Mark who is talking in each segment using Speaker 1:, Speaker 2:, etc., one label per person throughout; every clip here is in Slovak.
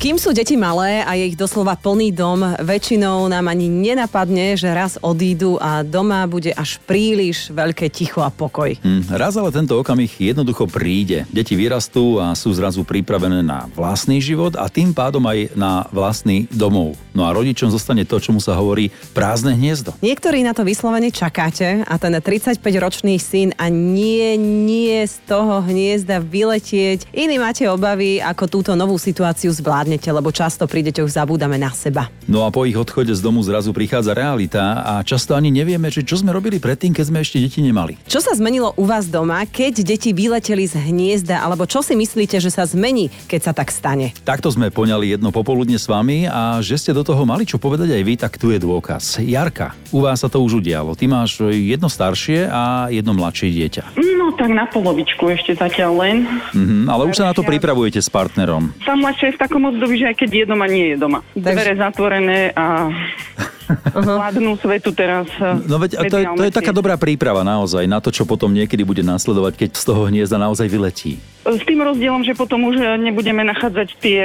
Speaker 1: Kým sú deti malé a je ich doslova plný dom, väčšinou nám ani nenapadne, že raz odídu a doma bude až príliš veľké ticho a pokoj.
Speaker 2: Mm, Raz ale tento okamih jednoducho príde. Deti vyrastú a sú zrazu pripravené na vlastný život a tým pádom aj na vlastný domov. No a rodičom zostane to, čomu sa hovorí prázdne hniezdo.
Speaker 1: Niektorí na to vyslovene čakáte a ten 35-ročný syn a nie, nie z toho hniezda vyletieť. Iní máte obavy, ako túto novú situáciu zvládnete, lebo často pri deťoch zabúdame na seba.
Speaker 2: No a po ich odchode z domu zrazu prichádza realita a často ani nevieme, že čo sme robili predtým, keď sme ešte deti nemali.
Speaker 1: Čo sa zmenilo u vás doma, keď deti vyleteli z hniezda, alebo čo si myslíte, že sa zmení, keď sa tak stane?
Speaker 2: Takto sme poňali jedno popoludne s vami a že ste do toho mali čo povedať aj vy, tak tu je dôkaz. Jarka, u vás sa to už udialo. Ty máš jedno staršie a jedno mladšie dieťa.
Speaker 3: No tak na polovičku ešte zatiaľ len.
Speaker 2: Mhm, ale už sa na to pripravujete s partnerom.
Speaker 3: Tá mladšia vlastne je v takom období, že aj keď je doma, nie je doma.
Speaker 1: Takže-
Speaker 3: Dvere zatvorené a vládnu svetu teraz.
Speaker 2: No veď a to je, to je taká dobrá príprava naozaj na to, čo potom niekedy bude následovať, keď z toho hniezda naozaj vyletí.
Speaker 3: S tým rozdielom, že potom už eh, nebudeme nachádzať tie...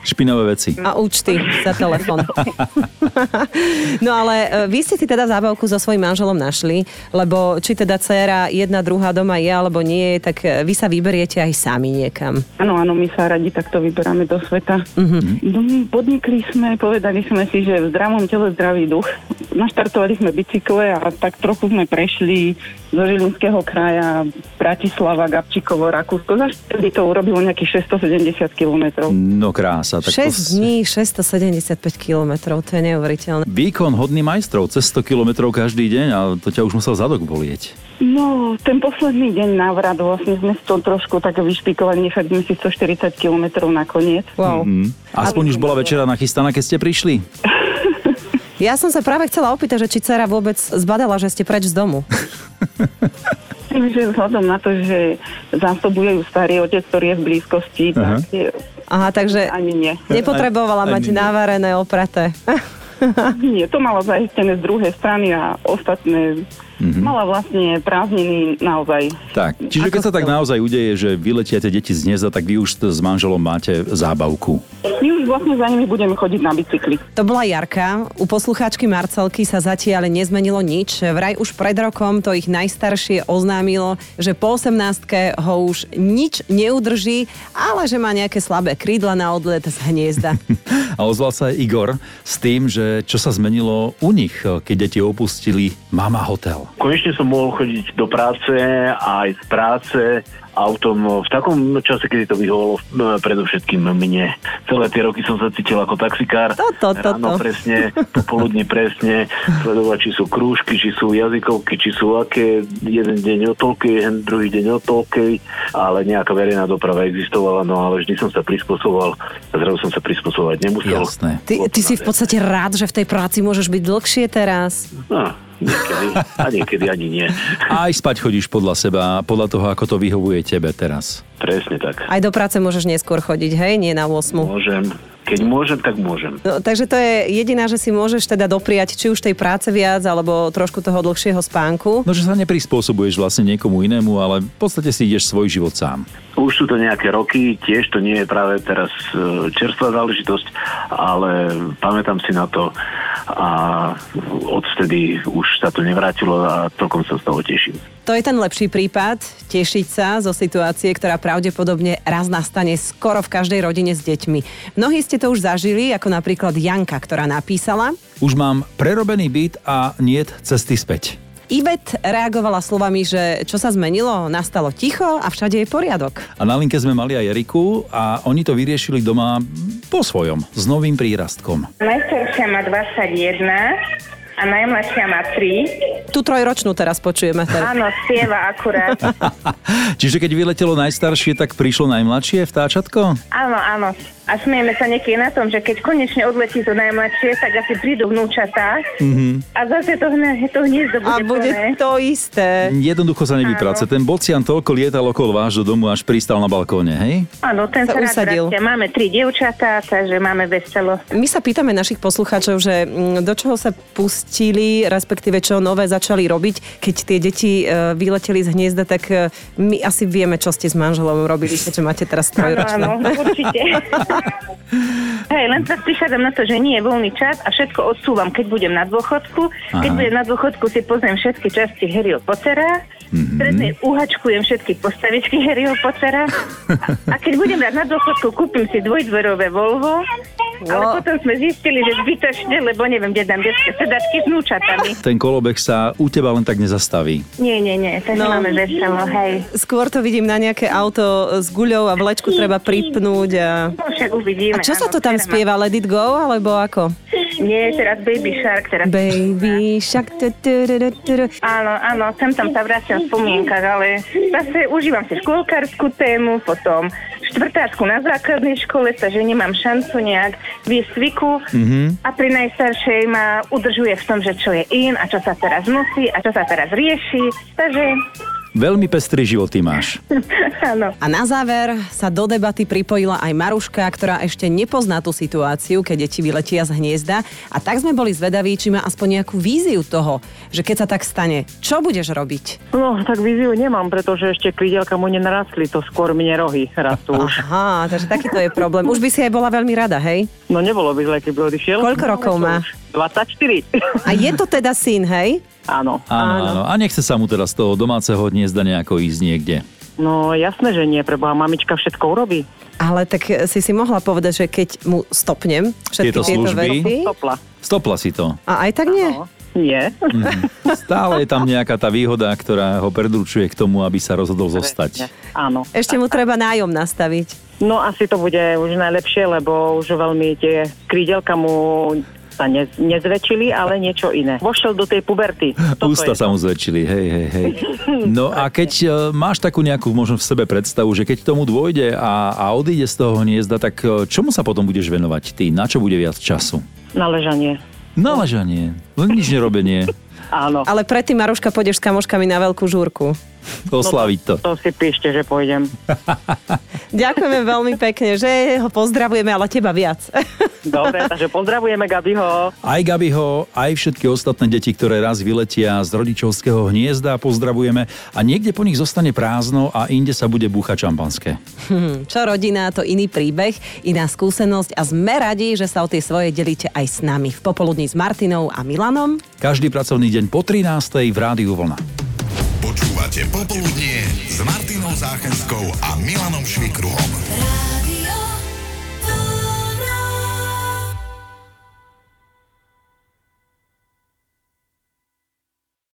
Speaker 2: Špinavé veci.
Speaker 1: A účty za telefón. no ale e, vy ste si teda zábavku so svojím manželom našli, lebo či teda dcéra jedna, druhá doma je alebo nie, tak e, vy sa vyberiete aj sami niekam.
Speaker 2: No
Speaker 3: Áno, áno, my sa radi takto vyberáme do sveta. No, my podnikli sme, povedali sme si, že v zdravom tele zdravý duch. Naštartovali sme bicykle a tak trochu sme prešli zo Žilinského kraja, Bratislava, Gabčíkovo, Rakúsko. Za 4 dní to urobilo nejakých 670 kilometrov.
Speaker 2: No krása. Tak
Speaker 1: 6
Speaker 2: to... s-
Speaker 1: dní, 675 kilometrov, to je neuveriteľné.
Speaker 2: Výkon hodný majstrov, cez 100 kilometrov každý deň a to ťa už musel zadok bolieť.
Speaker 3: No, ten posledný deň návrat vlastne sme to trošku tak vyšpikovali, nechali sme si 140 kilometrov nakoniec.
Speaker 1: Wow.
Speaker 2: Hm. Aspoň už bola večera nachystaná, keď ste prišli.
Speaker 1: Ja som sa práve chcela opýtať, že či dcera vôbec zbadala, že ste preč z domu.
Speaker 3: Myslím, že vzhľadom na to, že zásobuje ju starý otec, ktorý je v blízkosti,
Speaker 2: Aha.
Speaker 3: tak je,
Speaker 1: Aha, takže
Speaker 3: ani nie.
Speaker 1: nepotrebovala
Speaker 2: Ani-
Speaker 1: mať
Speaker 2: ani nie.
Speaker 1: navarené, opraté.
Speaker 3: Nie, to mala zaistené z druhej strany a ostatné mm-hmm. mala vlastne prázdniny naozaj.
Speaker 2: Tak, čiže
Speaker 1: Ako
Speaker 2: keď sa tak
Speaker 1: chcel.
Speaker 2: naozaj udeje, že vyletiate deti z hniezda, tak vy už t- s manželom máte zábavku.
Speaker 3: My už vlastne za nimi budeme chodiť na bicykli.
Speaker 1: To bola Jarka. U poslucháčky Marcelky sa zatiaľ nezmenilo nič. Vraj už pred rokom to ich najstaršie oznámilo, že po 18 ho už nič neudrží, ale že má nejaké slabé krídla na odlet z hniezda.
Speaker 2: A ozval sa aj Igor s tým, že čo sa zmenilo u nich, keď deti opustili Mama Hotel.
Speaker 4: Konečne som mohol chodiť do práce a aj z práce autom v takom čase, kedy to vyhovalo e, predovšetkým mne. Celé tie roky som sa cítil ako taxikár.
Speaker 1: To, to, to, to.
Speaker 4: Ráno presne, popoludne presne, sledovať, či sú krúžky, či sú jazykovky, či sú aké, jeden deň o toľkej, hen- druhý deň o toľkej, ale nejaká verejná doprava existovala, no ale vždy som sa prispôsoboval, zrazu som sa prispôsobovať nemusel.
Speaker 2: Jasné.
Speaker 1: Ty, ty si v podstate rád, že v tej práci môžeš byť dlhšie teraz.
Speaker 4: No, niekedy, a niekedy ani nie.
Speaker 2: A aj spať chodíš podľa seba, podľa toho, ako to vyhovuje tebe teraz.
Speaker 4: Presne tak.
Speaker 1: Aj do práce môžeš neskôr chodiť, hej? Nie na 8.
Speaker 4: Môžem. Keď môžem, tak môžem.
Speaker 1: No, takže to je jediná, že si môžeš teda dopriať či už tej práce viac, alebo trošku toho dlhšieho spánku.
Speaker 2: No, že sa neprispôsobuješ vlastne niekomu inému, ale v podstate si ideš svoj život sám.
Speaker 4: Už sú to nejaké roky, tiež to nie je práve teraz e, čerstvá záležitosť, ale pamätám si na to a odvtedy už sa to nevrátilo a celkom sa z toho teším.
Speaker 1: To je ten lepší prípad, tešiť sa zo situácie, ktorá pravdepodobne raz nastane skoro v každej rodine s deťmi. Mnohí ste to už zažili, ako napríklad Janka, ktorá napísala.
Speaker 2: Už mám prerobený byt a niet cesty späť.
Speaker 1: Ivet reagovala slovami, že čo sa zmenilo, nastalo ticho a všade je poriadok.
Speaker 2: A na linke sme mali aj Eriku a oni to vyriešili doma po svojom, s novým prírastkom.
Speaker 5: Najstaršia má 21 a najmladšia má 3.
Speaker 1: Tu trojročnú teraz počujeme. Teraz.
Speaker 5: Áno, spieva akurát.
Speaker 2: Čiže keď vyletelo najstaršie, tak prišlo najmladšie vtáčatko?
Speaker 5: Áno, áno, A smieme sa niekedy na tom, že keď konečne odletí to najmladšie, tak asi prídu vnúčatá mm-hmm. a zase to, hne- to hniezdo
Speaker 1: A
Speaker 5: bude,
Speaker 1: bude
Speaker 5: plné.
Speaker 1: to isté.
Speaker 2: Jednoducho sa nevypráce. Ten bocian toľko lietal okolo vášho domu, až pristal na balkóne, hej?
Speaker 5: Áno, ten
Speaker 1: sa
Speaker 5: sa, rád
Speaker 1: usadil.
Speaker 5: vracia. Máme tri dievčatá, takže máme veselo.
Speaker 1: My sa pýtame našich poslucháčov, že mm, do čoho sa pustili, respektíve čo nové začali robiť, keď tie deti e, vyleteli z hniezda, tak e, my asi vieme, čo ste s manželom robili, keďže máte teraz
Speaker 5: Áno,
Speaker 1: trojročné.
Speaker 5: áno, určite. Hej, len teraz prichádzam na to, že nie je voľný čas a všetko odsúvam, keď budem na dôchodku. Keď
Speaker 2: Aha.
Speaker 5: budem na dôchodku, si pozriem všetky časti Harryho Pottera, mm-hmm. strednej uhačkujem všetky postavičky Harryho Pottera a, a keď budem rád na dôchodku, kúpim si dvojdverové Volvo, ale
Speaker 1: Wow.
Speaker 5: potom sme zistili, že zbytočne, lebo neviem, kde dám detské sedačky s núčatami.
Speaker 2: Ten kolobek sa u teba len tak nezastaví.
Speaker 5: Nie, nie, nie, takže
Speaker 1: No.
Speaker 5: no. máme veselo, hej.
Speaker 1: Skôr to vidím na nejaké auto s guľou a vlečku treba pripnúť. A...
Speaker 5: No, však
Speaker 1: a
Speaker 5: uvidíme.
Speaker 1: čo sa
Speaker 5: áno,
Speaker 1: to tam
Speaker 5: včera ma-
Speaker 1: spieva? Let it go alebo ako?
Speaker 5: Nie, teraz Baby Shark, teraz
Speaker 1: Baby, však... tu, tu, tu, tu, tu, tu.
Speaker 5: Áno, áno, sem tam sa vraciam v spomienkach, ale zase užívam si škôlkarskú tému, potom štvrtácku na základnej škole, takže nemám šancu nejak viesť viku mm-hmm. a pri najstaršej ma udržuje v tom, že čo je in a čo sa teraz nosí a čo sa teraz rieši, takže
Speaker 2: Veľmi pestrý život ty máš.
Speaker 5: áno.
Speaker 1: A na záver sa do debaty pripojila aj Maruška, ktorá ešte nepozná tú situáciu, keď deti vyletia z hniezda. A tak sme boli zvedaví, či má aspoň nejakú víziu toho, že keď sa tak stane, čo budeš robiť?
Speaker 6: No, tak víziu nemám, pretože ešte krídelka mu nenarastli, to skôr mne rohy rastú už.
Speaker 1: Aha, takže takýto je problém. Už by si aj bola veľmi rada, hej?
Speaker 6: No nebolo by zle, keby odišiel. No,
Speaker 1: Koľko rokov má?
Speaker 6: 24.
Speaker 1: A je to teda syn, hej?
Speaker 6: Áno.
Speaker 2: Áno, áno. A nechce sa mu teraz z toho domáceho hniezda nejako ísť niekde.
Speaker 6: No jasné, že nie, preboha, mamička všetko urobí.
Speaker 1: Ale tak si si mohla povedať, že keď mu stopnem všetky
Speaker 2: Tieto
Speaker 1: tieto, tieto
Speaker 2: služby.
Speaker 1: veci...
Speaker 6: Stopla.
Speaker 2: Stopla si to.
Speaker 1: A aj tak nie?
Speaker 6: No, nie.
Speaker 2: Stále je tam nejaká tá výhoda, ktorá ho predurčuje k tomu, aby sa rozhodol zostať.
Speaker 6: Áno.
Speaker 1: Ešte mu treba nájom nastaviť.
Speaker 6: No asi to bude už najlepšie, lebo už veľmi tie krídelka mu sa ne, nezväčšili, ale niečo iné. Vošiel do tej puberty. Toto
Speaker 2: Ústa
Speaker 6: je
Speaker 2: sa mu zväčšili, hej, hej, hej. No a keď e, máš takú nejakú možno v sebe predstavu, že keď tomu dôjde a, a odíde z toho hniezda, tak e, čomu sa potom budeš venovať ty? Na čo bude viac času?
Speaker 6: Naležanie.
Speaker 2: Naležanie, len nič nerobenie,
Speaker 6: Áno.
Speaker 1: Ale predtým, Maruška, pôjdeš s kamoškami na veľkú žúrku.
Speaker 2: oslaviť to.
Speaker 6: To si píšte, že pôjdem.
Speaker 1: Ďakujeme veľmi pekne, že ho pozdravujeme, ale teba viac.
Speaker 6: Dobre, takže pozdravujeme Gabiho.
Speaker 2: Aj Gabiho, aj všetky ostatné deti, ktoré raz vyletia z rodičovského hniezda, pozdravujeme a niekde po nich zostane prázdno a inde sa bude búchať šampanské.
Speaker 1: Hm, Čo rodina, to iný príbeh, iná skúsenosť a sme radi, že sa o tie svoje delíte aj s nami. V popoludní s Martinou a Milanom.
Speaker 2: Každý pracovný deň po 13. v Rádiu Vlna.
Speaker 7: Počúvate Popoludnie s Martinou Záchenskou a Milanom Švikruhom.
Speaker 8: Radio